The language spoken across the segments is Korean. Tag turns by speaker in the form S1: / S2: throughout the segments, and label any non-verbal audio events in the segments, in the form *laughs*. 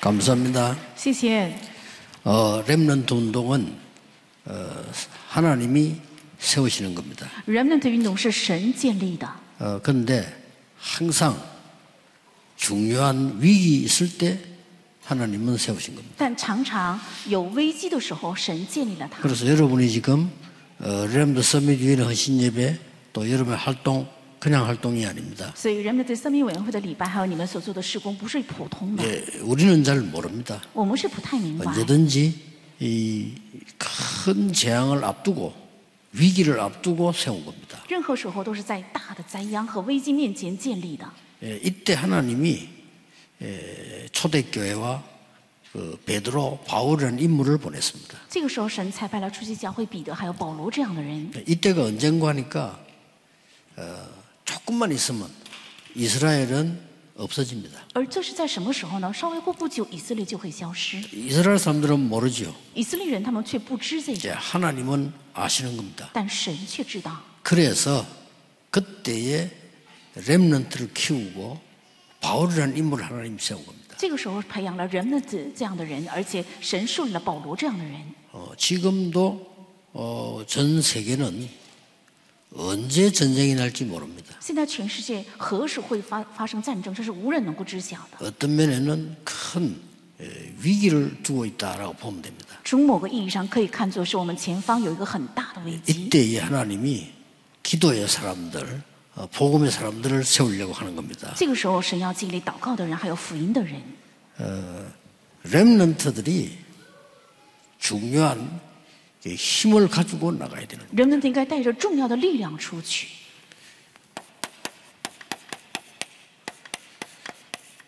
S1: 감사합니다.
S2: 谢谢。
S1: 어, 랩런트 운동은 어, 하나님이 세우시는 겁니다.
S2: Remnant 运动是神建立的，
S1: 어, 그런데 항상 중요한 위기 있을 때 하나님은 세우신 겁니다.
S2: 但常常有危机的时候，神建立了它。
S1: 그래서 여러분이 지금 어, 랩런트 서밋 위인 헌신 예배 또 여러분의 활동 그냥 활동이 아닙니다.
S2: 所以，Remnant 三民委员会的礼拜，还有你们所做的事工，不是普通的，
S1: 예, 우리는 잘 모릅니다.
S2: 我们是不太明白。
S1: 언제든지 이 큰 재앙을 앞두고 위기를 앞두고 세운 겁니다.
S2: 任何时候都是在大的灾殃和危机面前建立的。
S1: 예, 이때 하나님이 예, 초대교회와 그 베드로, 바울이라는 인물을 보냈습니다.
S2: 这个时候，神才派了出去教会彼得还有保罗这样的人。
S1: 이때가 언젠가 하니까 어, 조금만 있으면 이스라엘은 없어집니다.
S2: 而这是在什么时候呢？稍微过不久，以色列就会消失。
S1: 이스라엘 사람들은 모르죠.
S2: 以色列人他们却不知这
S1: 이제
S2: 个，
S1: 하나님은 아시는 겁니다.
S2: 但神却知道。
S1: 그래서 그때에 렘넌트를 키우고 바울이라는 인물을 하나님 세운 겁니다.
S2: 这个时候培养了人们这这样的人，而且神树立了保罗这样的人。
S1: 어, 지금도 어, 전 세계는 언제 전쟁이 날지 모릅니다.
S2: 现在全世界何时会发发生战争，这是无人能够知晓的。
S1: 어떤 면에는 큰 에, 위기를 두고 있다라고 보면 됩니다.
S2: 从某个意义上可以看作是我们前方有一个很大的危机。
S1: 이때에 하나님이 기도의 사람들, 어, 복음의 사람들을 세우려고 하는 겁니다.
S2: 这个时候，神要建立祷告的人，还有福音的人。
S1: 렘넌트들이 중요한 이 힘을 가지고 나가야 되는
S2: 人们应该带着重要的力量出去。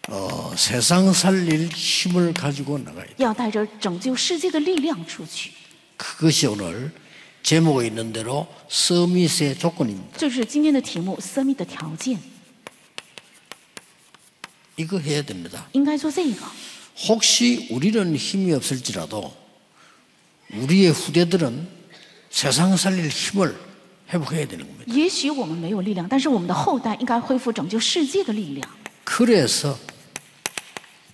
S1: 어, 세상 살릴 힘을 가지고 나가야 돼.
S2: 要带着拯救世界的力量出去。
S1: 그것이 오늘 제목에 있는 대로 서밋의 조건입니다.
S2: 这是今天的题目，生命的条件
S1: 이거 해야 됩니다.
S2: 应该做这个。
S1: 혹시 우리는 힘이 없을지라도 우리의 후대들은 세상 살릴 힘을 회복해야 되는 겁니다.
S2: 也许我们没有力量，但是我们的后代应该恢复拯救世界的力量。
S1: 그래서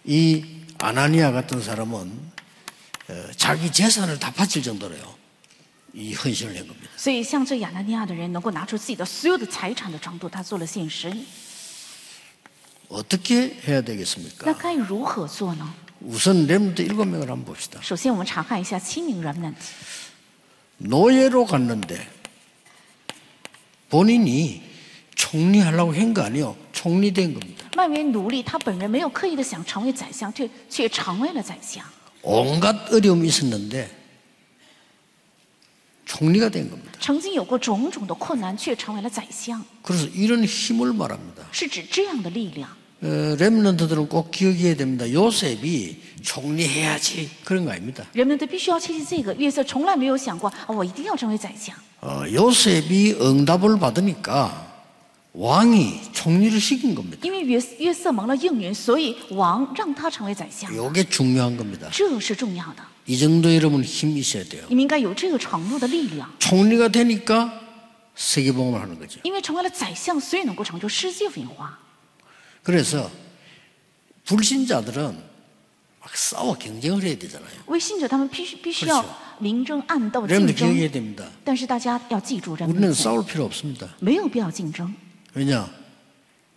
S1: 이 아나니아 같은 사람은 어, 자기 재산을 다 바칠 정도로요. 이 헌신을 한 겁니다.
S2: 所以，像这亚拿尼亚的人，能够拿出自己的所有的财产的程度，他做了献身。
S1: 어떻게 해야
S2: 那
S1: 되겠습니까?
S2: 该如何做呢？
S1: 우선 렘드 일곱 명을 한번 봅시다.
S2: 首先，我们查看一下七名 remnant，
S1: 노예로 갔는데 본인이 총리하려고 한 거 아니요. 총리된 겁니다.
S2: 卖为奴隶，他本人没有刻意的想成为宰相，却却成为了宰相。
S1: 온갖 어려움이 있었는데 총리가 된 겁니다.
S2: 曾经有过种种的困难，却成为了宰相，
S1: 그래서 이런 힘을 말합니다. 어,
S2: 是指这样的力量。
S1: 렘런트들은 꼭 기억해야 됩니다. 요셉이 총리해야지 그런 거 아닙니다.
S2: 人们都必须要切记这个。约瑟从来没有想过，啊，我一定要成为宰相。
S1: 어, 요셉이 응답을 받으니까 왕이 총리를 시킨 겁니다.
S2: 因为约瑟约瑟蒙了应允，所以王让他成为宰相，
S1: 이게 중요한 겁니다.
S2: 这是重要的。
S1: 이 정도 여러분 힘이 있어야 돼요.
S2: 你们应该有这个承诺的力量，
S1: 총리가 되니까 세계복음을 하는 거죠.
S2: 因为成为了宰相，所以能够成就世界文化。
S1: 그래서 불신자들은 막 싸워 경쟁을 해야 되잖아요.
S2: 为信者，他们必须必须要
S1: 그렇죠
S2: 明争暗斗竞
S1: 여러분들
S2: 争
S1: 기억해야 。 됩니다.
S2: 但是大家要记住，人
S1: 우리는
S2: 们
S1: 싸울 필요 없습니다.
S2: 没有必要竞争。
S1: 왜냐?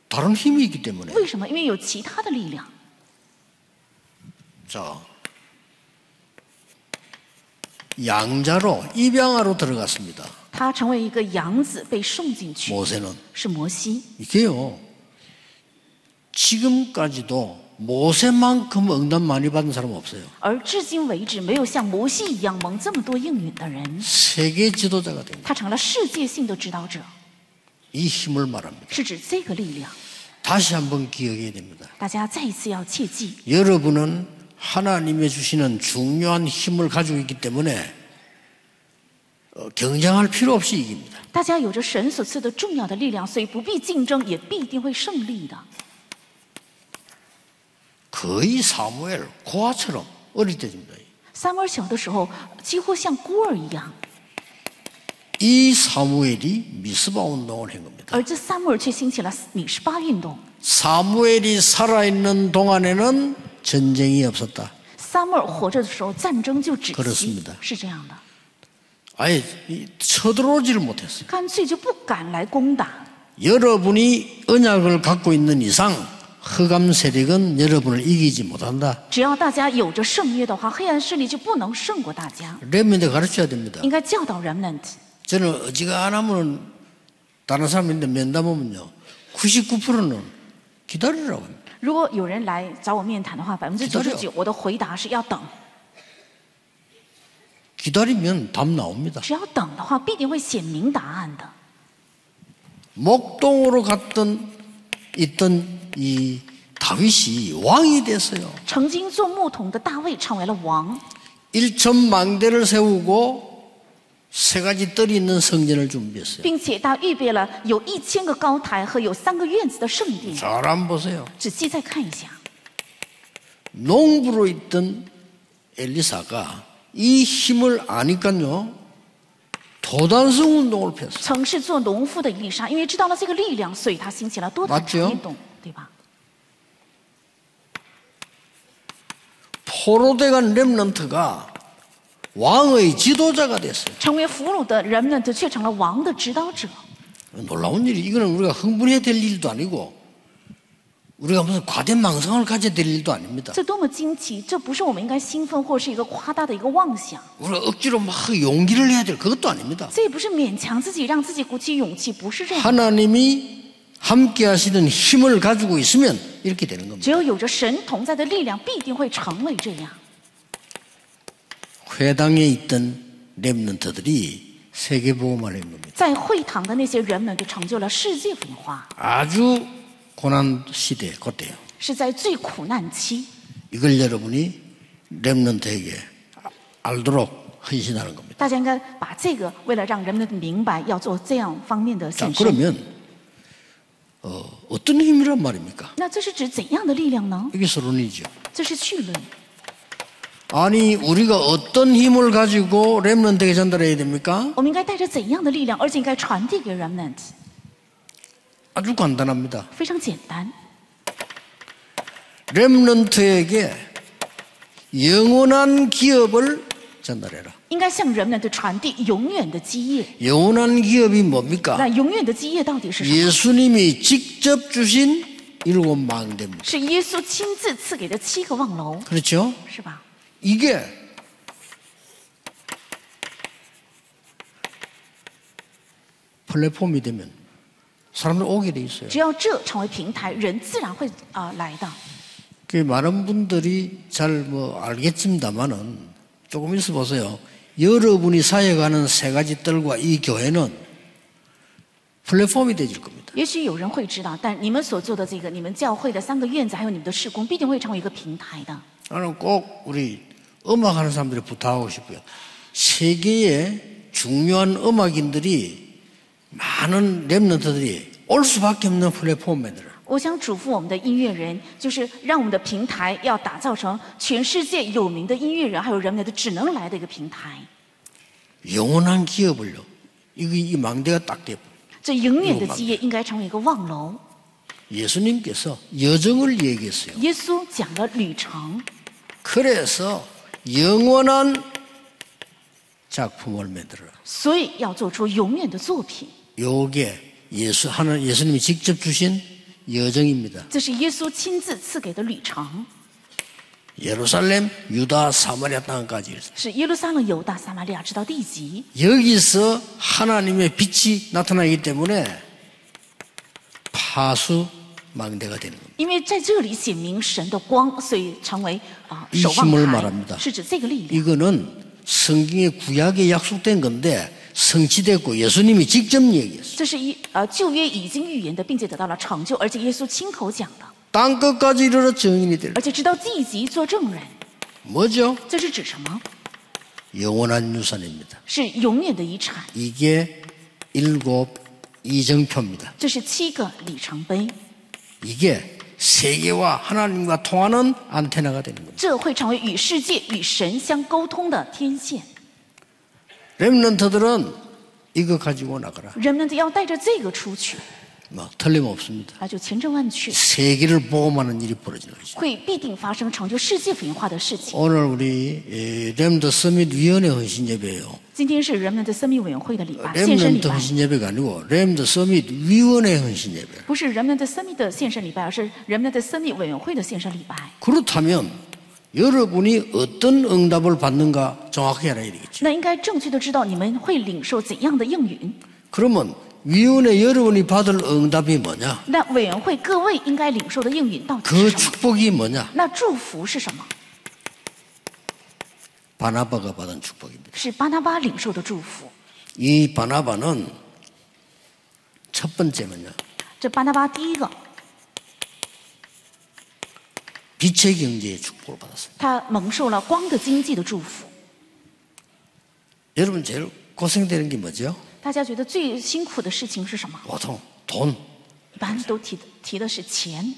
S1: 다른 힘이 있기 때문에.
S2: 为什么？因为有其他的力量。
S1: 자, 양자로 입양아로 들어갔습니다.
S2: 他成为一个养子被送进去，
S1: 모세는
S2: 是摩西。
S1: 이게요. 지금까지도 모세만큼 응답 많이 받은 사람 없어요.
S2: 而至今为止，没有像摩西一样蒙这么多应允的人，
S1: 세계 지도자가 된 거예요.
S2: 他成了世界性的指导者，
S1: 이 힘을 말합니다.
S2: 是指这个力量。
S1: 다시 한번 기억해야 됩니다.
S2: 大家再一次要切记，
S1: 여러분은 하나님의 주시는 중요한 힘을 가지고 있기 때문에 어, 경쟁할 필요 없이 이깁니다.
S2: 大家有着神所赐的重要的力量，所以不必竞争，也必定会胜利的。
S1: 거의 사무엘, 고아처럼 어릴 때입니다.
S2: 撒母耳小的时候几乎像孤儿一样，
S1: 이 사무엘이 미스바 운동을 한 겁니다.
S2: 而这撒母耳却兴起了米十八运动。
S1: 사무엘이 살아있는 동안에는 전쟁이 없었다.
S2: 撒母耳活着的时候，战争就止
S1: 그렇습
S2: 息
S1: 니다 ，
S2: 是这样的，
S1: 아예 이- 쳐들어오지를 못했어요.
S2: 干脆就不敢来攻打。
S1: 여러분이 언약을 갖고 있는 이상 흑암 세력은 여러분을 이기지 못한다.
S2: 只要大家有着圣约的话，黑暗势力就不能胜过大家。
S1: 렘인데 가르쳐야 됩니다.
S2: 应该教导 remnant。
S1: 저는 어지간하면 다른 사람인데 면담하면요. 99%는 기다리라고 합니다.
S2: 如果有人来找我面谈的话，百分之九十
S1: 기다려
S2: 九我的回答是要等，
S1: 기다리면 답 나옵니다.
S2: 只要等的话，必定会显明答案的。
S1: 목동으로 갔던 있던 이 다윗이 왕이 됐어요.
S2: 曾经做牧童的大卫成为了王，
S1: 일천망대를 세우고 세 가지 뜰이 있는 성전을 준비했어요.
S2: 并且他预备了有一千个高台和有三个院子的圣殿。
S1: 잘 안 보세요.
S2: 仔细再看一下，
S1: 농부로 있던 엘리사가 이 힘을 아니까요. 도단성 운동을 폈어요.
S2: 曾是做农夫的以利沙，因为知道了这个力量，所以他兴起了多
S1: 맞
S2: 谈
S1: 죠
S2: 运动，对吧？
S1: 포로대간 렘넌트가 왕의 지도자가 됐어요.
S2: 成为俘虏的人们，却成了王的指导者。
S1: 놀라운 일이 이거는 우리가 흥분해야 될 일도 아니고 우리가 무슨 과대 망상을 가져야 될 일도 아닙니다.
S2: 这多么惊奇！这不是我们应该兴奋或是一个夸大的一个妄想，
S1: 우리가 억지로 막 용기를 해야 될 그것도 아닙니다.
S2: 这也不是勉强自己让自己鼓起勇气，不是这样。
S1: 하나님이 함께 하시는 힘을 가지고 있으면 이렇게 되는 겁니다.
S2: 只有有着神同在的力量，必定会成为这样。
S1: 회당에 있던 렘넌트들이 세계보험을 한 겁니다.
S2: 在会堂的那些人们，就成就了世界文化，
S1: 아주 고난 시대 그때요.
S2: 是在最苦难期。
S1: 이걸 여러분이 렘넌트에게 알도록 헌신하는 겁니다.
S2: 大家应该把这个，为了让人们明白，要做这样方面的
S1: 자,
S2: 献身。
S1: 그러면 어, 어떤 힘이란 말입니까?
S2: 那这是指怎样的力量呢？
S1: 이게 서론이죠.
S2: 这是趣论。
S1: 아니 우리가 어떤 힘을 가지고 렘넌트에게 전달해야 됩니까?
S2: 我们应该带着怎样的力量，而且应该传递给人们？
S1: 아주 간단합니다.
S2: 非常简单，
S1: 렘넌트에게 영원한 기업을 전달해라.
S2: 应该向人们的传递永远的基业。
S1: 영원한 기업이 뭡니까?
S2: 那永远的基业到底是什么？
S1: 예수님이 직접 주신 일곱 망대입니다.
S2: 是耶稣亲自赐给的七个望楼，
S1: 그렇죠?
S2: 是吧？
S1: 이게 플랫폼이 되면 사람들 오게 돼 있어요.
S2: 只要这成为平台，人自然会啊、呃来的。
S1: 그 많은 분들이 잘 뭐 알겠습니다만은 조금 있어 보세요. 여러분이 사역하는 세 가지 뜰과 이 교회는 플랫폼이 되질 겁니다.
S2: 也许有人会知道，但你们所做的这个，你们教会的三个院子，还有你们的事工，必定会成为一个平台的。
S1: 나는 꼭 우리 음악하는 사람들이 부탁하고 싶어요. 세계의 중요한 음악인들이 많은 랩런트들이 올 수밖에 없는 플랫폼에들
S2: 我想嘱咐我们的音乐人，就是让我们的平台要打造成全世界有名的音乐人还有人们的只能来的一个平台。
S1: 영원한 기업을요. 이게 이 망대가 딱 돼.
S2: 这永远的基业应该成为一个望楼。
S1: 예수님께서 여정을 얘기했어요.
S2: 耶稣讲了旅程，
S1: 그래서 영원한 작품을 만들어.
S2: 所以要做出永远的作品。
S1: 요게 예수 하나 예수님이 직접 주신 여정입니다.
S2: 这是耶稣亲自赐给的旅程，
S1: 예루살렘, 유다, 사마리아 땅까지.
S2: 是耶路撒冷、犹大、撒玛利亚直到地极。
S1: 여기서 하나님의 빛이 나타나기 때문에 파수 망대가 되는 겁니다.
S2: 因为在这里显明神的光，所以成为啊、
S1: 이힘을
S2: 守望
S1: 말합니다
S2: 台，是指这个力量。
S1: 이거는 성경의 구약에 약속된 건데 성취됐고 예수님이 직접 얘기했어요.
S2: 这是一呃旧约已经预言的，并且得到了成就，而且耶稣亲口讲的，
S1: 땅 끝까지 이르러 증인이 될.
S2: 而且直到地极做证人。
S1: 뭐죠?
S2: 这是指什么？
S1: 영원한 유산입니다.
S2: 是永远的遗产。
S1: 이게 일곱 이정표입니다.
S2: 这是七个里程碑，
S1: 이게 세계와 하나님과 통하는 안테나가 되는 겁니다.
S2: 这会成为与世界与神相沟通的天线。
S1: 렘넌트들은 이거 가지고 나가라.
S2: 人们要带着这个出去，
S1: 뭐 틀림없습니다.
S2: 啊，就千真万确，
S1: 세계를 보험하는 일이 벌어지는 거죠.
S2: 会必定发生成就世界福音化的事情。
S1: 오늘 우리 이 렘더 서밋 위원회 헌신 예배예요.
S2: 今天是人们的森密委员会的礼拜，献身礼
S1: 렘더
S2: 拜，
S1: 헌신 예배가 아니고 렘더 서밋 위원회 헌신 예배.
S2: 不是人们的森密的献身礼拜，而是人们的森密委员会的献身礼拜。
S1: 그렇다면 여러분이 어떤 응답을 받는가 정확히 알아야 되겠죠.
S2: 那应该正确的知道你们会领受怎样的应允。
S1: 그러면 위원회 여러분이 받을 응답이 뭐냐?
S2: 那委员会各位应该领受的应允到底
S1: 그
S2: 是什么？
S1: 축복이 뭐냐?
S2: 那祝福是什么？
S1: 바나바가 받은 축복입니다.
S2: 是巴拿巴领受的祝福。
S1: 이 바나바는 첫 번째 뭐냐?
S2: 这巴拿巴第一个，
S1: 빛의 경제의 축복을 받았습니다.
S2: 他蒙受了光的经济的祝福。
S1: 여러분 제일 고생되는 게 뭐죠?
S2: 大家觉得最辛苦的事情是什么？
S1: 보통 돈.
S2: 一般都提的提的是钱。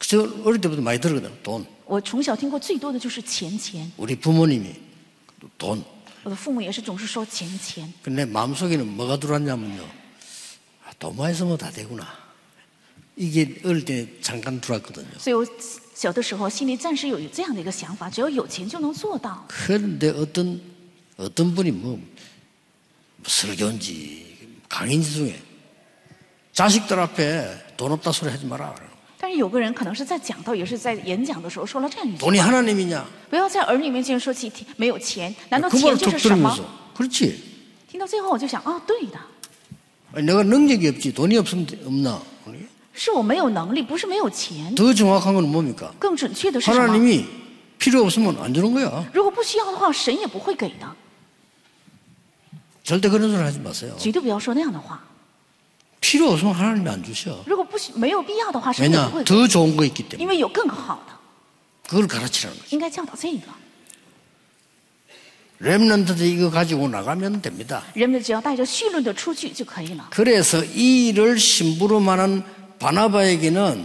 S1: 저 어릴 때부터 많이 들었거든요. 돈.
S2: 我从小听过最多的就是钱钱，
S1: 우리 부모님이 돈.
S2: 我的父母也是总是说钱钱。
S1: 근데 내 마음속에는 뭐가 들어왔냐면요. 아, 돈 많이 쓰면 다 되구나. 이게 어릴 때 잠깐 들어왔거든요.
S2: 所以我小的时候心里暂时有这样的一个想法，只要有钱就能做到。
S1: 그런데 어떤 어떤 분이 뭐 설교인지 강인지 중에 자식들 앞에 돈 없다 소리 하지 마라.
S2: 但是有个人可能是在讲到，也是在演讲的时候说了这样一句：
S1: 돈이 하나님이냐?
S2: 不要在儿女面前说起没有钱，难道
S1: 그
S2: 钱
S1: 말을
S2: 就是
S1: 툭
S2: 什么？
S1: 들으면서 그렇지.
S2: 听到最后我就想，哦，对的，
S1: 아니, 내가 능력이 없지 돈이 없으면 돼- 없나? 아니,
S2: 是我没有能力，不是没有钱。
S1: 더 정확한 건 뭡니까?
S2: 更准确的是什么？
S1: 하나님이 필요 없으면 안 주는 거야.
S2: 如果不需要的话，神也不会给的，
S1: 절대 그런 소리 하지 마세요.
S2: 绝对不要说那样的话。
S1: 필요 없으면 하나님이 안 주셔.
S2: 如果不需没有必要的话，神也不
S1: 왜냐?
S2: 会给，
S1: 더 좋은 거 있기
S2: 因
S1: 때문에
S2: 为有更好的，
S1: 그걸 가르치라는 거야.
S2: 应该教导这个。
S1: 렘넌트들 이거 가지고 나가면 됩니다.
S2: 人们只要带着绪论的出去就可以了。
S1: 그래서 이 일을 심부름하는 바나바에게는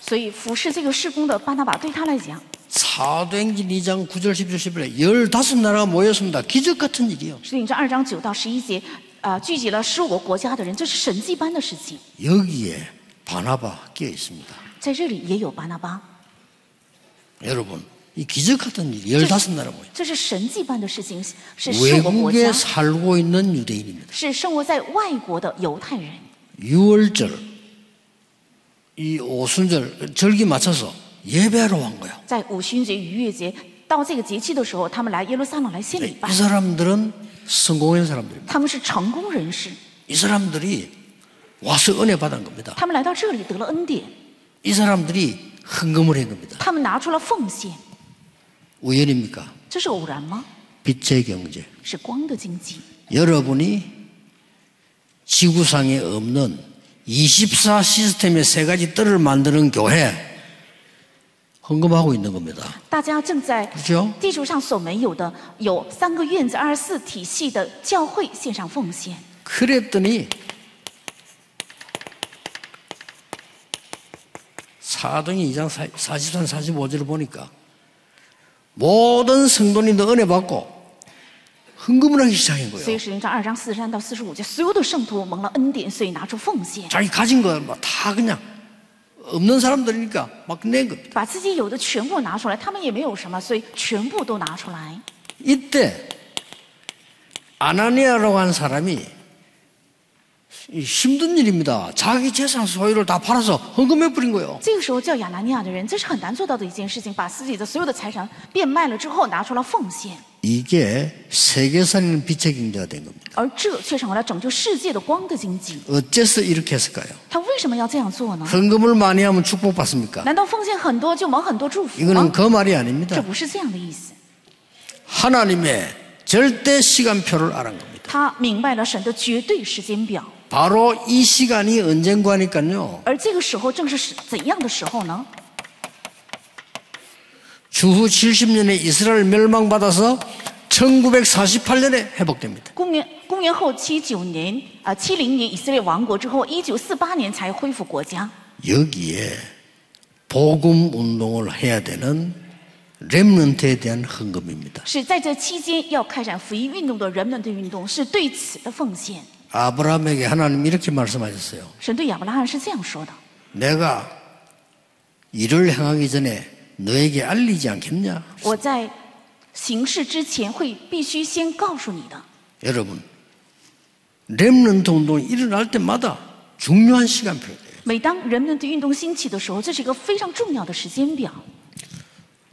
S2: 所以服侍这个事工的巴拿巴对他来讲，
S1: 사도행전 2장 9절 10절 11절에 15나라가 모였습니다. 기적 같은 일이요.
S2: 是领着二章九到十一节，啊、聚集了十五个国家的人，这是神迹般的事情。
S1: 여기에 바나바 끼어 있습니다.
S2: 在这里也有巴拿巴，
S1: 여러분, 이 기적 같은 일 15나라 모여.
S2: 这是神迹般的事情，是十五个国家
S1: 외국에 ， 살고 있는 유대인입니다.
S2: 是生活在外国的犹太人。
S1: 유월절 이 오순절 절기 맞춰서 예배하러 온 거예요.
S2: 在五旬节、逾越节到这个节气的时候，他们来耶路撒冷来献礼拜
S1: 이 ， 사람들은 성공한 사람들입니다.
S2: 他们是成功人士，
S1: 이 사람들이 와서 은혜 받은 겁니다.
S2: 他们来到这里得了恩典，
S1: 이 사람들이 헌금을 한 겁니다.
S2: 他们拿出了奉献，
S1: 우연입니까?
S2: 这是偶然吗？
S1: 빛의 경제.
S2: 是光的经济。
S1: 여러분이 지구상에 없는 24 시스템의 세 가지 뜰을 만드는 교회 헌금하고 있는 겁니다. 그렇죠?
S2: 大家正在
S1: 그죠?
S2: 地球上所没有的，有三个院子二十四体系的教会献上奉献。
S1: 그랬더니 사등이 2장 43, 45절을 보니까 모든 성도님도 은혜 받고 헌금을 하기 시작한
S2: 所以
S1: 거예요.
S2: 使徒行传二章四十三到四十五节，所有的圣徒蒙了恩典，所以拿出奉献，
S1: 자기 가진 거다 그냥 없는 사람들이니까 막 낸 겁니다.
S2: 把自己有的全部拿出来。他们也没有什么，所以全部都拿出来。
S1: 이때 아나니아라고 한 사람이 이 힘든 일입니다. 자기 재산 소유를 다 팔아서 헌금해 버린 거예요.
S2: 这个时候叫亚拿尼亚的人，这是很难做到的一件事情，把自己的所有的财产变卖了之后拿出了奉献，
S1: 이게 세계사는 빛의 경제가 된 겁니다.
S2: 而这却成为了拯救世界的光的经济。
S1: 어째서 이렇게 했을까요?
S2: 他为什么要这样做
S1: *laughs*
S2: 呢？
S1: 헌금을 많이 하면 축복받습니까?
S2: 难道奉献很多就蒙很多祝福
S1: 이거는
S2: 吗？
S1: 그 말이
S2: 这
S1: 아닙니다.
S2: 不是这样的意思。
S1: 하나님의 절대 시간표를 알은 겁니다.
S2: 他明白了神的绝对时间表，
S1: 바로 이 시간이 언젠가니까요.
S2: 而这个时候正是时怎样的时候呢？
S1: 주후 70년에 이스라엘 멸망받아서 1948년에 회복됩니다.
S2: 公元公元后七九年啊，七、0零年以色列亡国之后，一九四八年才恢复国家。
S1: 여기에 복음 운동을 해야 되는 렘넌트에 대한 헌금입니다.
S2: 是在这期间要开展福音运动的人们的运动，是对此的奉献。
S1: 아브라함에게 하나님 이렇게 말씀하셨어요.
S2: 神对亚伯拉罕是这样说的
S1: 내가 일을 행하기 전에 너에게 알리지 않겠냐? ：“
S2: 我在行事之前会必须先告诉你的。
S1: 여러분, 렘넌트 운동이 일어날 때마다 중요한 시간표예요. ”
S2: 每当人们的运动兴起的时候，这是一个非常重要的时间表。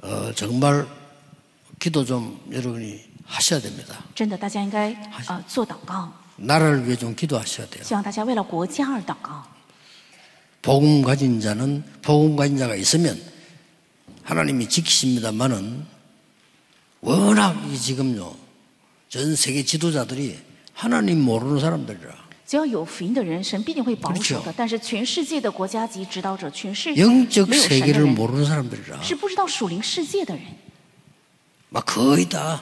S1: 어, 정말 기도 좀 여러분이 하셔야 됩니다.
S2: 真的，大家应该呃做祷告，
S1: 나라를 위해 좀 기도하셔야 돼요.
S2: 希望大家为了国家而祷告。
S1: 복음 가진 자는 복음 가진 자가 있으면 하나님이 지키십니다만은 워낙 이 지금요 전 세계 지도자들이 하나님 모르는 사람들이라
S2: 只要有福音的人，神必定会保守
S1: 그렇죠
S2: 的。但是全世界的国家级指导者，全世界没有
S1: 영적
S2: 神的
S1: 세계를
S2: 人，
S1: 모르는 사람들이라
S2: 是不知道属灵世界的人，
S1: 막 거의 다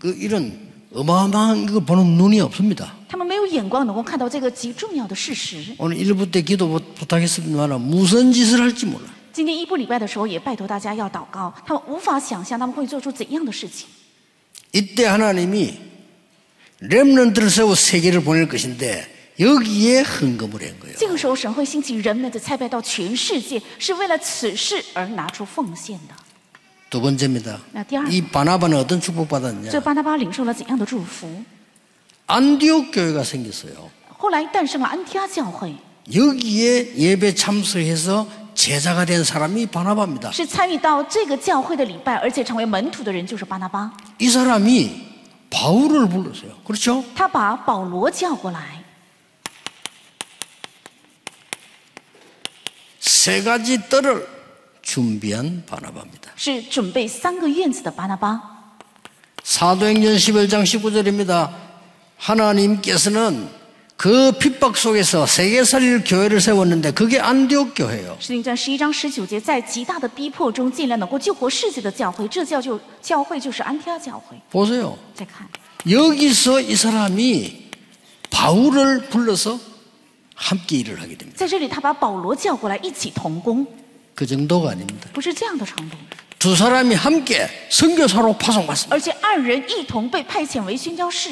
S1: 그 이런 어마어마한 걸 보는 눈이 없습니다.
S2: 他们没有眼光能够看到这个极重要的事实。
S1: 오늘 일부 때 기도 부- 부탁했습니다만 무슨 짓을 할지 몰라.
S2: 今天一部礼拜的时候，也拜托大家要祷告，他们无法想象他们会做出怎样的事情。
S1: 이때 하나님이 렘넌트를 세워 세계를 보낼 것인데 여기에 헌금을 한 거예요.
S2: 这个时候，神会兴起人们的菜拜到全世界，是为了此事而拿出奉献的。
S1: 두 번째입니다.
S2: 아, 띠아라.
S1: 이 바나바는 어떤
S2: 这
S1: 축복받았냐?
S2: 巴拿巴领受了怎样的祝福？
S1: 안디옥 교회가 생겼어요.
S2: 后来诞生了安提阿教会，
S1: 여기에 예배 참석해서 제자가 된 사람이 바나바입니다.
S2: 是参与到这个教会的礼拜，而且成为门徒的人就是巴拿巴。
S1: 이 사람이 바울을 불렀어요. 그렇죠?
S2: 他把保罗叫过来，
S1: 세 가지 뜰을 준비한 바나바입니다.
S2: 是准备三个院子的巴拿巴。
S1: 사도행전 11장 19절입니다. 하나님께서는 그 핍박 속에서 세계 살릴 교회를 세웠는데 그게 안디옥 교회예요.
S2: 使徒行传十一章十九节，在极大的逼迫中，尽量能够救活世界的教会，这教就教会就是安提阿教会。
S1: 보세요.
S2: 再看，
S1: 여기서 이 사람이 바울을 불러서 함께 일을 하게 됩니다.
S2: 在这里他把保罗叫过来一起同工，
S1: 그 정도가 아닙니다.
S2: 不是这样的程度，
S1: 두 사람이 함께 선교사로 파송갔습니다.
S2: 而且二人一同被派遣为宣教士，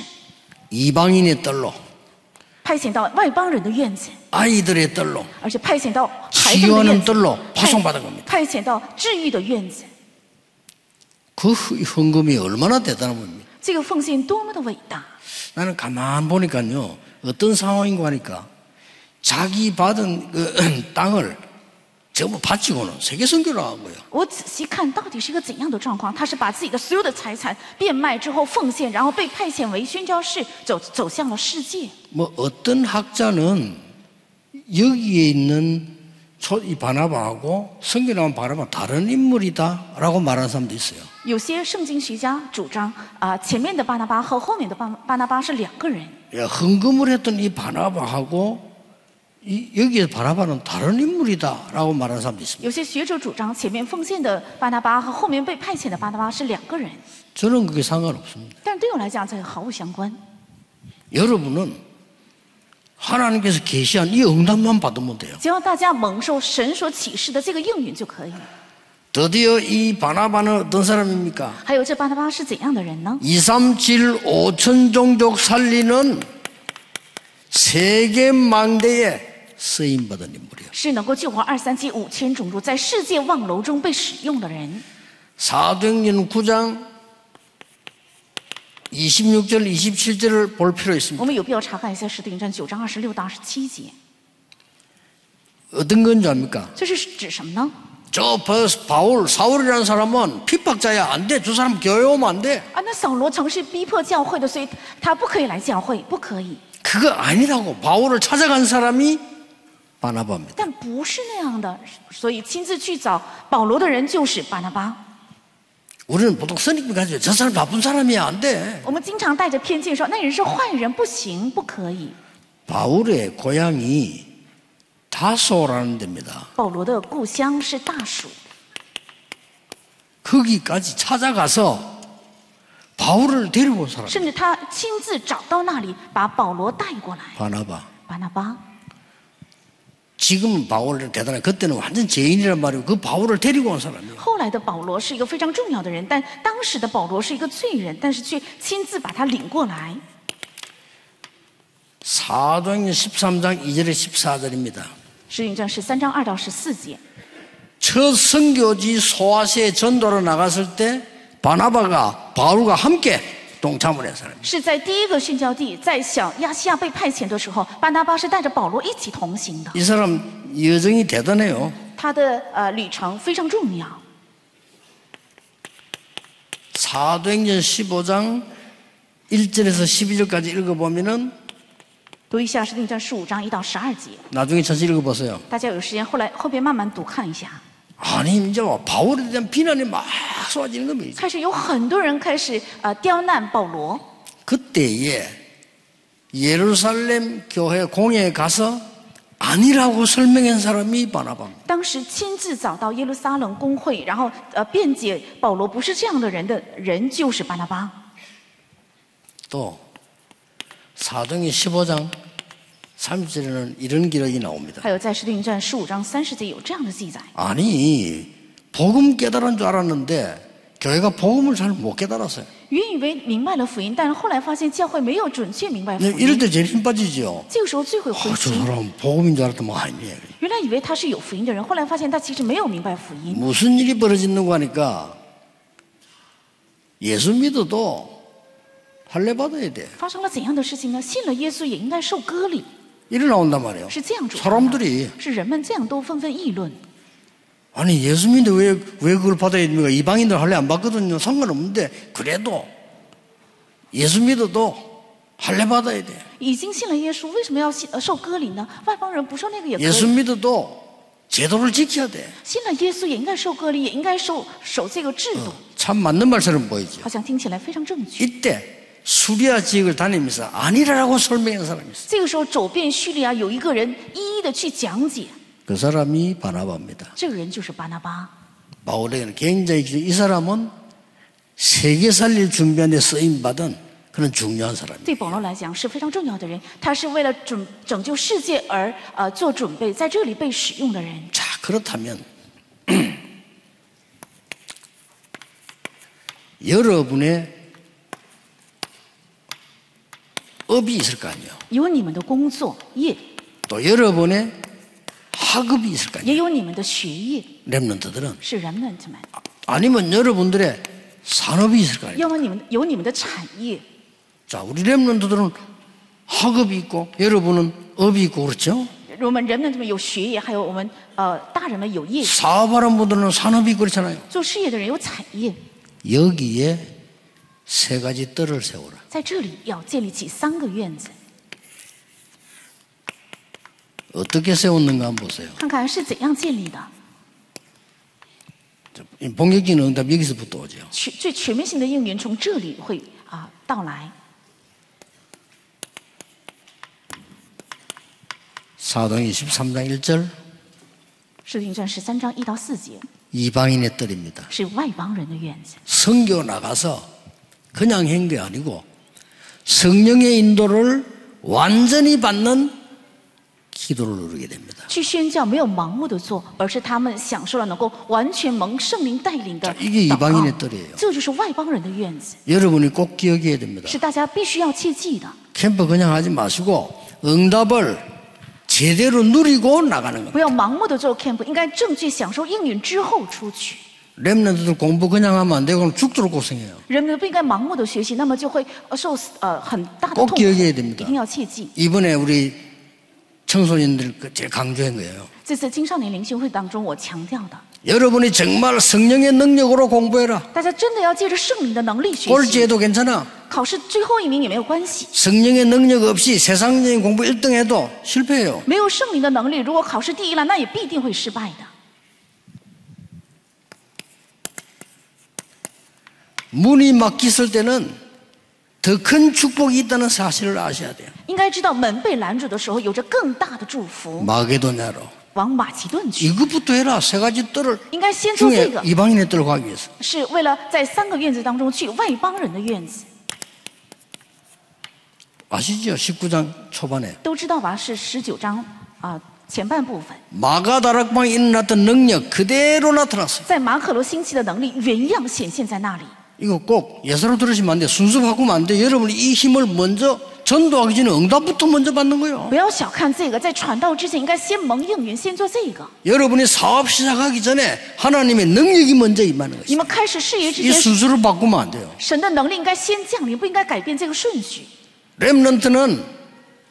S1: 이방인의 딸로
S2: 派遣到外邦人的院子，
S1: 아이들의 딸로
S2: 而且派遣到孩子们的
S1: 지원은
S2: 院
S1: 들로
S2: 子，
S1: 파송받은겁니다
S2: 派派遣到治愈的院子。
S1: 그 헌금이 얼마나 대단한 겁니까?
S2: 这个奉献多么的伟大！
S1: 나는 가만 보니까요 어떤 상황인가 하니까 자기 받은 그 *clears throat* 땅을 전부 바치고는 세계 선교를 하고요.
S2: 我仔细看到底是一个怎样的状况？他是把自己的所有的财产变卖之后奉献，然后被派遣为宣教士，走走向了世界。
S1: 뭐 어떤 학자는 여기에 있는 초- 이 바나바하고 성경나온 바나바 다른 인물이다라고 말하는 사람도 있어요.
S2: 有些圣经学家主张啊、前面的巴拿巴和后面的巴巴拿巴是两个人。
S1: 야, 헌금을 했던 이 바나바하고 이, 여기에 바나바는 다른 인물이다라고 말하는 사람도 있습니다.
S2: 有些学者主张前面奉献的巴拿巴和后面被派遣的巴拿巴是两个人，
S1: 저는 그게 상관없습니다.
S2: 但是对我来讲这个毫无相关。
S1: 여러분은 하나님께서 계시한 이 응답만 받으면 돼요.
S2: 只要大家蒙受神所启示的这个应允就可以了。
S1: 드디어 이 바나바는 어떤 사람입니까?
S2: 还有这巴拿巴是怎样的人呢？
S1: 237 5천 종족 살리는 세계 망대에 쓰임 받은 인물이에요.
S2: 是能够救活二三七五千种族在世界望楼中被使用的人。
S1: 사도행전 9장 26절 27절을 볼 필요 있습니다.
S2: 我们有必要查看一下《使徒行传》九章二十六到二十七节，
S1: 어떤 건지 압니까?
S2: 这是指什么呢？
S1: 저 버스 바울 사울이라는 사람은 핍박자야 안 돼. 저 사람 교회 오면 안 돼.
S2: 啊，那扫罗曾是逼迫教会的，所以他不可以来教会，不可以。
S1: 그거 아니라고 바울을 찾아간 사람이 바나바입니다.
S2: 但不是那样的，所以亲自去找保罗的人就是巴拿巴。
S1: 우리는 보통 선입견 가지고 저 사람 나쁜 사람이야 안 돼.
S2: 我们经常带着偏见说那人是坏人，不行，不可以。
S1: 바울의 고향이 다소라는 데입니다.
S2: 保罗的故乡是大蜀，
S1: 거기까지 찾아가서 바울을 데려온 사람
S2: 甚至他亲自找到那里，把保罗带过来。
S1: 바나바.
S2: 巴拿巴
S1: 지금은 바울을 대단해. 그때는 완전 죄인이란 말이고 그 바울을 데리고 온 사람이에요.
S2: 后来的保罗是一个非常重要的人，但当时的保罗是一个罪人，但是却亲自把他领过来。
S1: 사도행 13장 2절에 14절입니다.
S2: 使徒行传十三章二到十四节。
S1: 첫 선교지 소아시아 전도로 나갔을 때 바나바가 바울과 함께 동참을 했어요.
S2: 是在第一个殉教地，在小亚细亚被派遣的时候，巴拿巴是带着保罗一起同行的。
S1: 이 사람 여정이 대단해요.
S2: 他的呃旅程非常重要。
S1: 사도행전 15장 1절에서 12절까지 읽어보면은
S2: 读一下《使徒行传》十五章一到十二节，
S1: 나중에 전체 읽어보세요.
S2: 大家有时间后来后边慢慢读看一下。
S1: 아니 이제 와 바울에 대한 비난이 막 쏟아지는 겁니다.
S2: 开始有很多人开始呃刁难保罗，
S1: 그때에 예루살렘 교회 공회에 가서 아니라고 설명한 사람이 바나바입니다.
S2: 当时亲自找到耶路撒冷公会，然后呃辩解保罗不是这样的人的人就是巴拿巴。
S1: 또 사도행전 15장 30절에는 이런 기록이 나옵니다.
S2: 还有在《使徒行传》十五章三十节有这样的记载。
S1: 아니 복음 깨달은 줄 알았는데 교회가 복음을 잘 못 깨달았어요.
S2: 原以为明白了福音，但是后来发现教会没有准确明白福
S1: 근데 이럴
S2: 音。
S1: 때 제일 힘 빠지죠.
S2: 这个时候最会灰
S1: 어, 저
S2: 心。
S1: 사람 복음인 줄 알았더니 아니에요.
S2: 原来以为他是有福音的人，后来发现他其实没有明白福音。
S1: 무슨 일이 벌어지는 거 하니까 예수 믿어도 할례 받아야 돼.
S2: 发生了怎样的事情呢？信了耶稣也应该受割礼，
S1: 이래 나온단 말이에요.
S2: 是这样主张的。
S1: 사람들이
S2: 是人们这样都纷纷议论，
S1: 아니 예수 믿는데 왜, 왜 그걸 받아야 됩니까? 이방인들 할례 안 받거든요. 상관없는데 그래도 예수 믿어도 할례 받아야 돼.
S2: 已经信了耶稣，为什么要信呃受割礼呢？外邦人不受那个也可
S1: 예수
S2: 以，
S1: 믿어도 제도를 지켜야 돼.
S2: 信了耶稣也应该受割礼，也应该受守这个制度，
S1: 참 맞는 말처럼 보이죠.
S2: 好像听起来非常正确。
S1: 이때 수리아 지역을 다니면서 아니라고 설명한 사람이 있어요.
S2: 这个时候走遍叙利亚，有一个人一一的去讲解，
S1: 그 사람이 바나바입니다.
S2: 这个人就是巴拿巴。
S1: 바울에게는 굉장히 기- 이 사람은 세계 살릴 준비하는데 쓰임 받은 그런 중요한 사람이에요.
S2: 对保罗来讲是非常重要的人，他是为了准拯救世界而呃做准备，在这里被使用的人。
S1: 자, 그렇다면 *clears throat* 여러분의 업이 있을 거 아니에요.
S2: 有你们的工作业，
S1: 또 여러분의 학업이 있을 거 아니에요.
S2: 也有你们的学业，
S1: 랩런트들은
S2: 是人们怎么？
S1: 아니면 여러분들의 산업이 있을 거 아니에요.
S2: 要么你们有你们的产业，
S1: 자, 우리 랩런트들은 학업이 있고 여러분은 업이 있고 그렇죠?
S2: 我们人们这么有学业，还有我们呃大人们有业，
S1: 사업하는 분들은 산업이 있고 그렇잖아요.
S2: 做事业的人有产业，
S1: 여기에 세 가지 뜰을 세워라.
S2: 在这里要建立起三个院子，
S1: 어떻게 세웠는가 한번 보세요.
S2: 看看是怎样建立的。
S1: 이 본격적인 응답 여기서부터 오죠.
S2: 全最全面性的应援从这里会啊、到来。
S1: 사도행 13장 1절
S2: 使徒行传十三章一到四节
S1: 이방인의 뜰입니다.
S2: 是外邦人的院子，
S1: 성교 나가서 그냥 한 게 아니고 성령의 인도를 완전히 받는 기도를 누르게 됩니다.
S2: 去宣教没有盲目的做，而是他们享受了能够完全蒙圣灵带领的哦
S1: 这이게이방인의뜰이에요
S2: 祷告。这就是外邦人的院子。
S1: 여러분이 꼭 기억해야 됩니다.
S2: 是大家必须要切记的，
S1: 캠프 그냥 하지 마시고 응답을 제대로 누리고 나가는 겁니다.
S2: 不要盲目的做 camp，应该正确享受应允之后出去。
S1: 랩런트들 공부 그냥 하면 안 되고 그럼 죽도록 고생해요.
S2: 人们不应该盲目的学习，那么就会呃受死呃很大的
S1: 꼭
S2: 痛苦。
S1: 기억해야
S2: 一
S1: 됩니다
S2: 定要切记。
S1: 이번에 우리 청소년들 그 제일 강조한 거예요.
S2: 这次青少年灵修会当中，我强调的，
S1: 여러분이 정말 성령의 능력으로 공부해라.
S2: 大家真的要借着圣灵的能力学习。
S1: 꼴찌해도 괜찮아.
S2: 考试最后一名也没有关系，
S1: 성령의 능력 없이 세상적인 공부 1등 해도 실패해요.
S2: 没有圣灵的能力，如果考试第一了，那也必定会失败的。
S1: 문이 막혔을 때는 더 큰 축복이 있다는 사실을 아셔야 돼요.
S2: 应该知道门被拦住的时候，有着更大的祝
S1: 嗯
S2: 福。
S1: 마게도냐로.
S2: 往马其顿去，
S1: 이것부터 해라. 세 가지 뜰을
S2: 应该先做这
S1: 중에
S2: 个，
S1: 이방인의 뜰을 가기 위해서.
S2: 是为了在三个院子当中去外邦人的院子。
S1: 아시죠? 19장 초반에
S2: 都知道吧？是十九章啊、前半部分，
S1: 마가다락방에 일어났던 능력 그대로 나타났어요.
S2: 在马可罗兴起的能力原样显现在那里。
S1: 이거 꼭 예사로 들으시면 안 돼요. 순수 바꾸면 안 돼요. 여러분이 이 힘을 먼저 전도하기 전에 응답부터 먼저 받는 거예요.
S2: 不要小看这个，在传道之前应该先蒙应允，先做这个。
S1: 여러분이 사업 시작하기 전에 하나님의 능력이 먼저 임하는
S2: 你
S1: 거예요.
S2: 们开始事业之
S1: 이
S2: 前，
S1: 순서를 바꾸면 안 돼요.
S2: 神的能力应该先降临，不应该改变这个顺序。
S1: 렘넌트는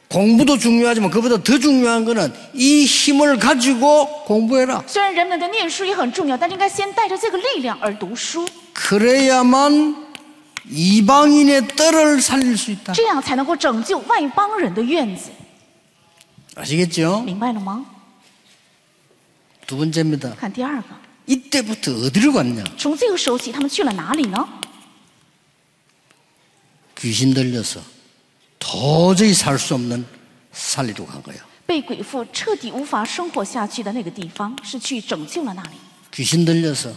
S1: 공부도 중요하지만 그보다 더 중요한 거는 이 힘을 가지고 공부해라.
S2: 虽然人们的念书也很重要，但是应该先带着这个力量而读书，
S1: 嗯 그래야만 이방인의 뜰을 살릴 수 있다.
S2: 这样才能够拯救外邦人的院子，
S1: 아시겠죠?
S2: 明白了吗？
S1: 두 번째입니다.
S2: 看第二个，
S1: 이때부터 어디로 갔냐?
S2: 从这个时候起，他们去了哪里呢？
S1: 귀신 들려서 도저히 살 수 없는 살리로 간 거예요.
S2: 被鬼附彻底无法生活下去的那个地方，是去拯救了那里。
S1: 귀신 들려서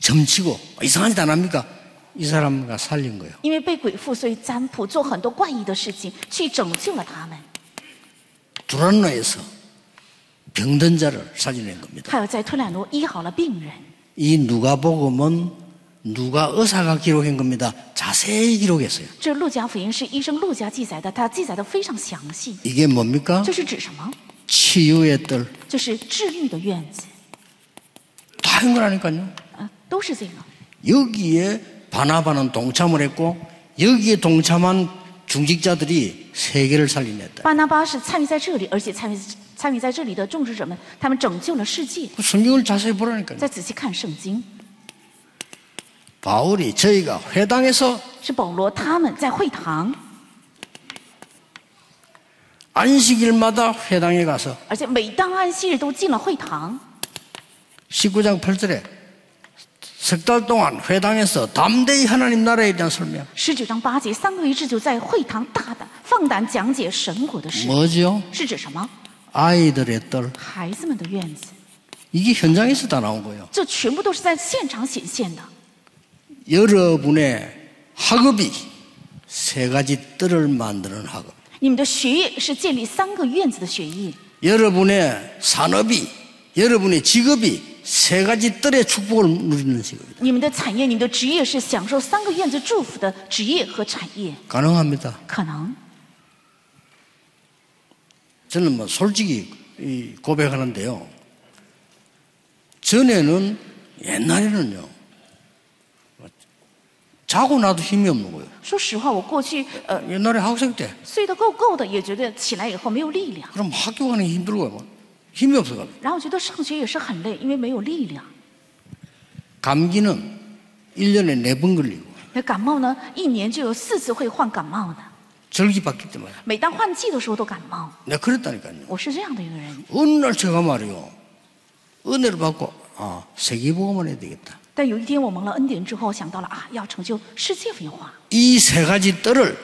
S1: 점치고 아, 이상한 짓 안 합니까? 이 사람과 살린 거예요.
S2: 因为被鬼附，所以占卜做很多怪异的事情，去拯救了他们。
S1: 두란노에서 병든 자를 살려낸 겁니다.
S2: 还有在推兰罗医好了病人，
S1: 이 누가복음은 누가 의사가 기록한 겁니다. 자세히 기록했어요.
S2: 这路加福音是医生路加记载的，他记载的非常详细。
S1: 이게 뭡니까?
S2: 这是指什么？
S1: 치유의 뜰.
S2: 就是治愈的院子
S1: 다 한 거라니까요.
S2: 啊，都是这个。
S1: 여기에 바나바는 동참을 했고 여기에 동참한 중직자들이 세 개를 살려냈다.
S2: 巴拿巴是参与在这里，而且参与参与在这里的众使者们，他们拯救了世界。
S1: 그 성경을 자세히 보라니까요.
S2: 再仔细看圣经，
S1: 바울이 저희가 회당에서
S2: 是保罗他们在会堂，
S1: 안식일마다 회당에 가서
S2: 而且每当安息日都进了会堂。
S1: 19장 8절에 석 달 동안 회당에서 담대히 하나님 나라에 대한 설명.
S2: 十九章八节，三个月制就在会堂大胆放胆讲解神国的事，
S1: 뭐죠?
S2: 是指什么？
S1: 아이들의 뜰.
S2: 孩子们的院子，
S1: 이게 현장에서 다 나온 거예요.
S2: 这全部都是在现场显现的。
S1: 여러분의 학업이 세 가지 뜰을 만드는 학업.
S2: 你们的学业是建立三个院子的学业，
S1: 여러분의 산업이, 여러분의 직업이 세 가지 뜰의 축복을 누리는 직업이다.
S2: 你们的产业、你们的职业是享受三个院子祝福的职业和产业。
S1: 가능합니다.
S2: 可能
S1: 저는 뭐 솔직히 이 고백하는데요. 전에는 옛날에는요. 자고 나도 힘이 없는 거예요.
S2: 说实话，我过去呃
S1: 옛날에 학생 때
S2: 睡得够够的，也觉得起来以后没有力量，
S1: 그럼 학교 가는 게 힘들고요. 막 힘이 없어가지고
S2: 然后觉得上学也是很累，因为没有力量。
S1: 감기는 1년에 4번 걸리고
S2: 那感冒呢，一年就有四次会患感冒的，
S1: 절기 바뀔 때마다
S2: 每当换季的时候都感冒。
S1: 내가 그랬다니까요.
S2: 我是这样的一个人，
S1: 어느 날 제가 말이요. 은혜를 받고 아 세계보험을 해야 되겠다.
S2: 但有一天我蒙了恩典之后，想到了啊，要成就世界文化，
S1: 이 세 가지 뜰을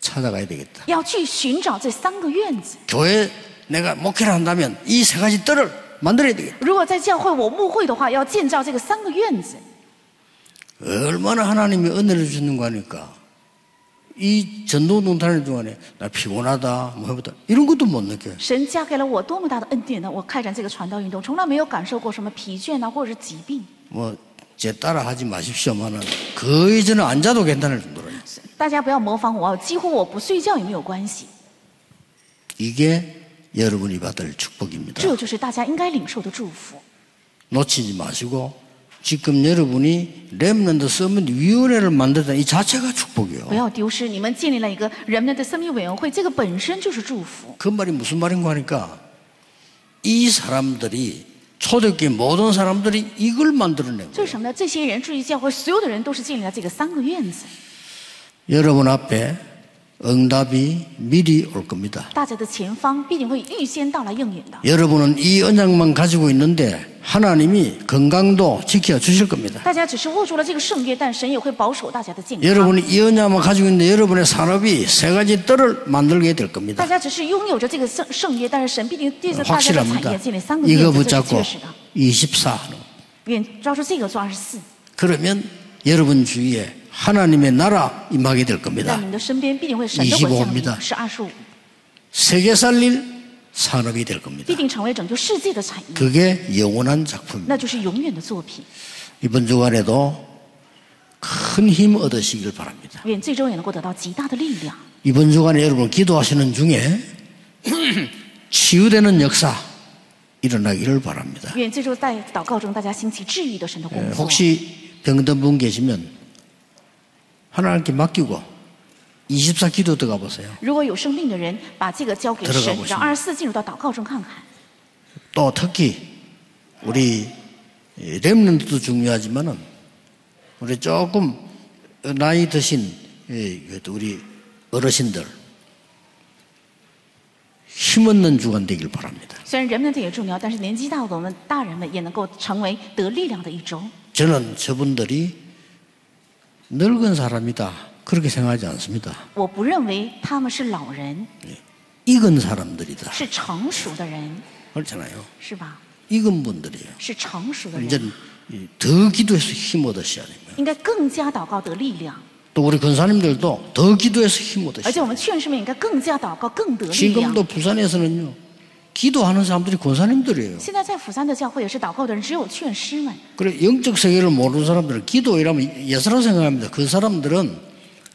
S1: 찾아가야 되겠다.
S2: 要去寻找这三个院子。
S1: 교회 내가 목회를 한다면 이 세 가지 뜰을 만들어야 되겠다.
S2: 如果在教会我牧会的话，要建造这个三个院子，
S1: 얼마나 하나님이 은혜를 주는가 하니까 이 전도동탄의 동안에 나 피곤하다 뭐 해보다 이런 것도 못 느껴요.
S2: 神加给了我多么大的恩典呢！我开展这个传道运动，从来没有感受过什么疲倦啊，或者是疾病。
S1: 뭐 제 따라 하지 마십시오만은 거의 저는 앉아도 괜찮을 정도로
S2: 大家不要模仿我，几乎我不睡觉也没有关系。
S1: 이게 여러분이 받을 축복입니다.
S2: 这就是大家应该领受的祝福。
S1: 놓치지 마시고 지금 여러분이 렘넌트 서밋위원회를 만들다 이 자체가
S2: 不
S1: 축복이에요.
S2: 要丢失，你们建立了一个人们的生命委员会，这个本身就是祝福。
S1: 그 말이 무슨 말인가 하니까 이 사람들이 초대교회 모든 사람들이 이걸 만들어낸
S2: 这
S1: 거예요.
S2: 是什么呢？这些人，这一教会所有的人都是建立了这个三个院子，
S1: 여러분 앞에 응답이 미리 올 겁니다.
S2: 大家的前方必定会预先到来应允的。
S1: 여러분은 이 언약만 가지고 있는데 하나님이 건강도 지켜 주실 겁니다.
S2: 大家只是握住了这个圣约，但神也会保守大家的健康。
S1: 여러분이 이 언약만 가지고 있는데 여러분의 산업이 세 가지 뜰을 만들게 될
S2: 大
S1: 겁니다.
S2: 家只是拥有着这个圣圣约，但是神必定对着大家的产
S1: 확실합니다.
S2: 业建立三个院
S1: 이거
S2: 子，这是
S1: 붙잡고
S2: 确实的。
S1: 24 하는 거.
S2: 愿抓住这个做二十四，
S1: 그러면 여러분 주위에 하나님의 나라 임하게 될
S2: 在
S1: 겁니다.
S2: 你们的身边必定会神的国降
S1: 25입니다
S2: 临，是二十五，
S1: 세계 살릴 산업이 될 겁니다.
S2: 必定成为拯救世界的产业，
S1: 네. 그게 영원한 작품입니다.
S2: 那就是永远的作品。
S1: 이번 주간에도 큰 힘 얻으시길 바랍니다.
S2: 愿最终也能够得到极大的力量。
S1: 이번 주간에 여러분 기도하시는 중에 *clears throat* 치유되는 역사 일어나기를 바랍니다.
S2: 愿最终在祷告中，大家兴起治愈的神的工作。
S1: 呃 혹시 병든 분 계시면 하나님께 맡기고 24 기도 들어가 보세요.
S2: 如果有生病的人，把这个交给
S1: 들어가
S2: 神
S1: 보십니다 ，
S2: 让二十四进入到祷告中看看。
S1: 또 특히 우리 렘넌트도 중요하지만은 우리 조금 나이 드신 이 그래도 우리 어르신들 힘 얻는 주간 되길 바랍니다.
S2: 虽然人们的也重要，但是年纪大的我们大人们也能够成为得力量的一周。
S1: 저는 저분들이 늙은 사람이다 그렇게 생각하지 않습니다.
S2: 我不认为他们是老人，
S1: 익은 사람들이다
S2: 是成熟的人，
S1: 그렇잖아요.
S2: 是吧？
S1: 익은 분들이에요.
S2: 是成熟的
S1: 이제
S2: 人，
S1: 더 기도해서 힘 얻으셔야 됩니다.
S2: 应该更加祷告得力量。
S1: 또 우리 권사님들도 더 기도해서 힘
S2: 而
S1: 얻으셔야
S2: 且我们劝士们应该更加祷告，更得力量。
S1: 지금도 부산에서는요 기도하는 사람들이 권사님들이에요.
S2: 现在在釜山的教会也是祷告的人只有劝师们，
S1: 그래 영적 세계를 모르는 사람들은 기도 이라면 예사라 생각합니다. 그 사람들은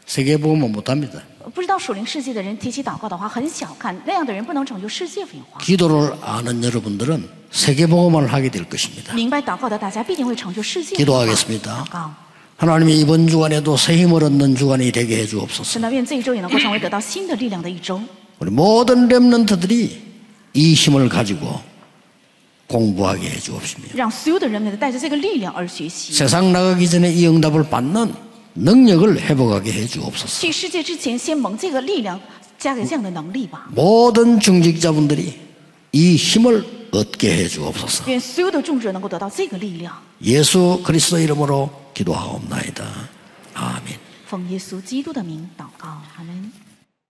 S1: 세계 보험을 못합니다.
S2: 不知道属灵世界的人提起祷告的话很小看，那样的人不能拯救世界文化。
S1: 기도를 아는 여러분들은 세계 보험을 하게 될 것입니다.
S2: 明白祷告的大家必定会成就世界
S1: 기도하
S2: 文
S1: 겠
S2: 化。
S1: 습니다
S2: 祷告，
S1: 하나님이 이번 주간에도 새 힘을 얻는 주간이 되게 해주옵소서.
S2: 神的愿这一周也能够成为得到新的力量的一周。
S1: 우리 모든 렘넌트들이 이 힘을 가지고 공부하게 해주옵시며
S2: 让所有的人们带着这个力量而学习，
S1: 세상 나가기 전에 이 응답을 받는 능력을 회복하게 해주옵소서.
S2: 去世界之前先蒙这个力量，加给这样的能力吧。
S1: 모든 중직자분들이 이 힘을 얻게 해 주옵소서.
S2: 愿所有的众者能够得到这个力量。
S1: 예수 그리스도 이름으로 기도하옵나이다. 아멘.
S2: 奉耶稣基督的名祷告，阿门。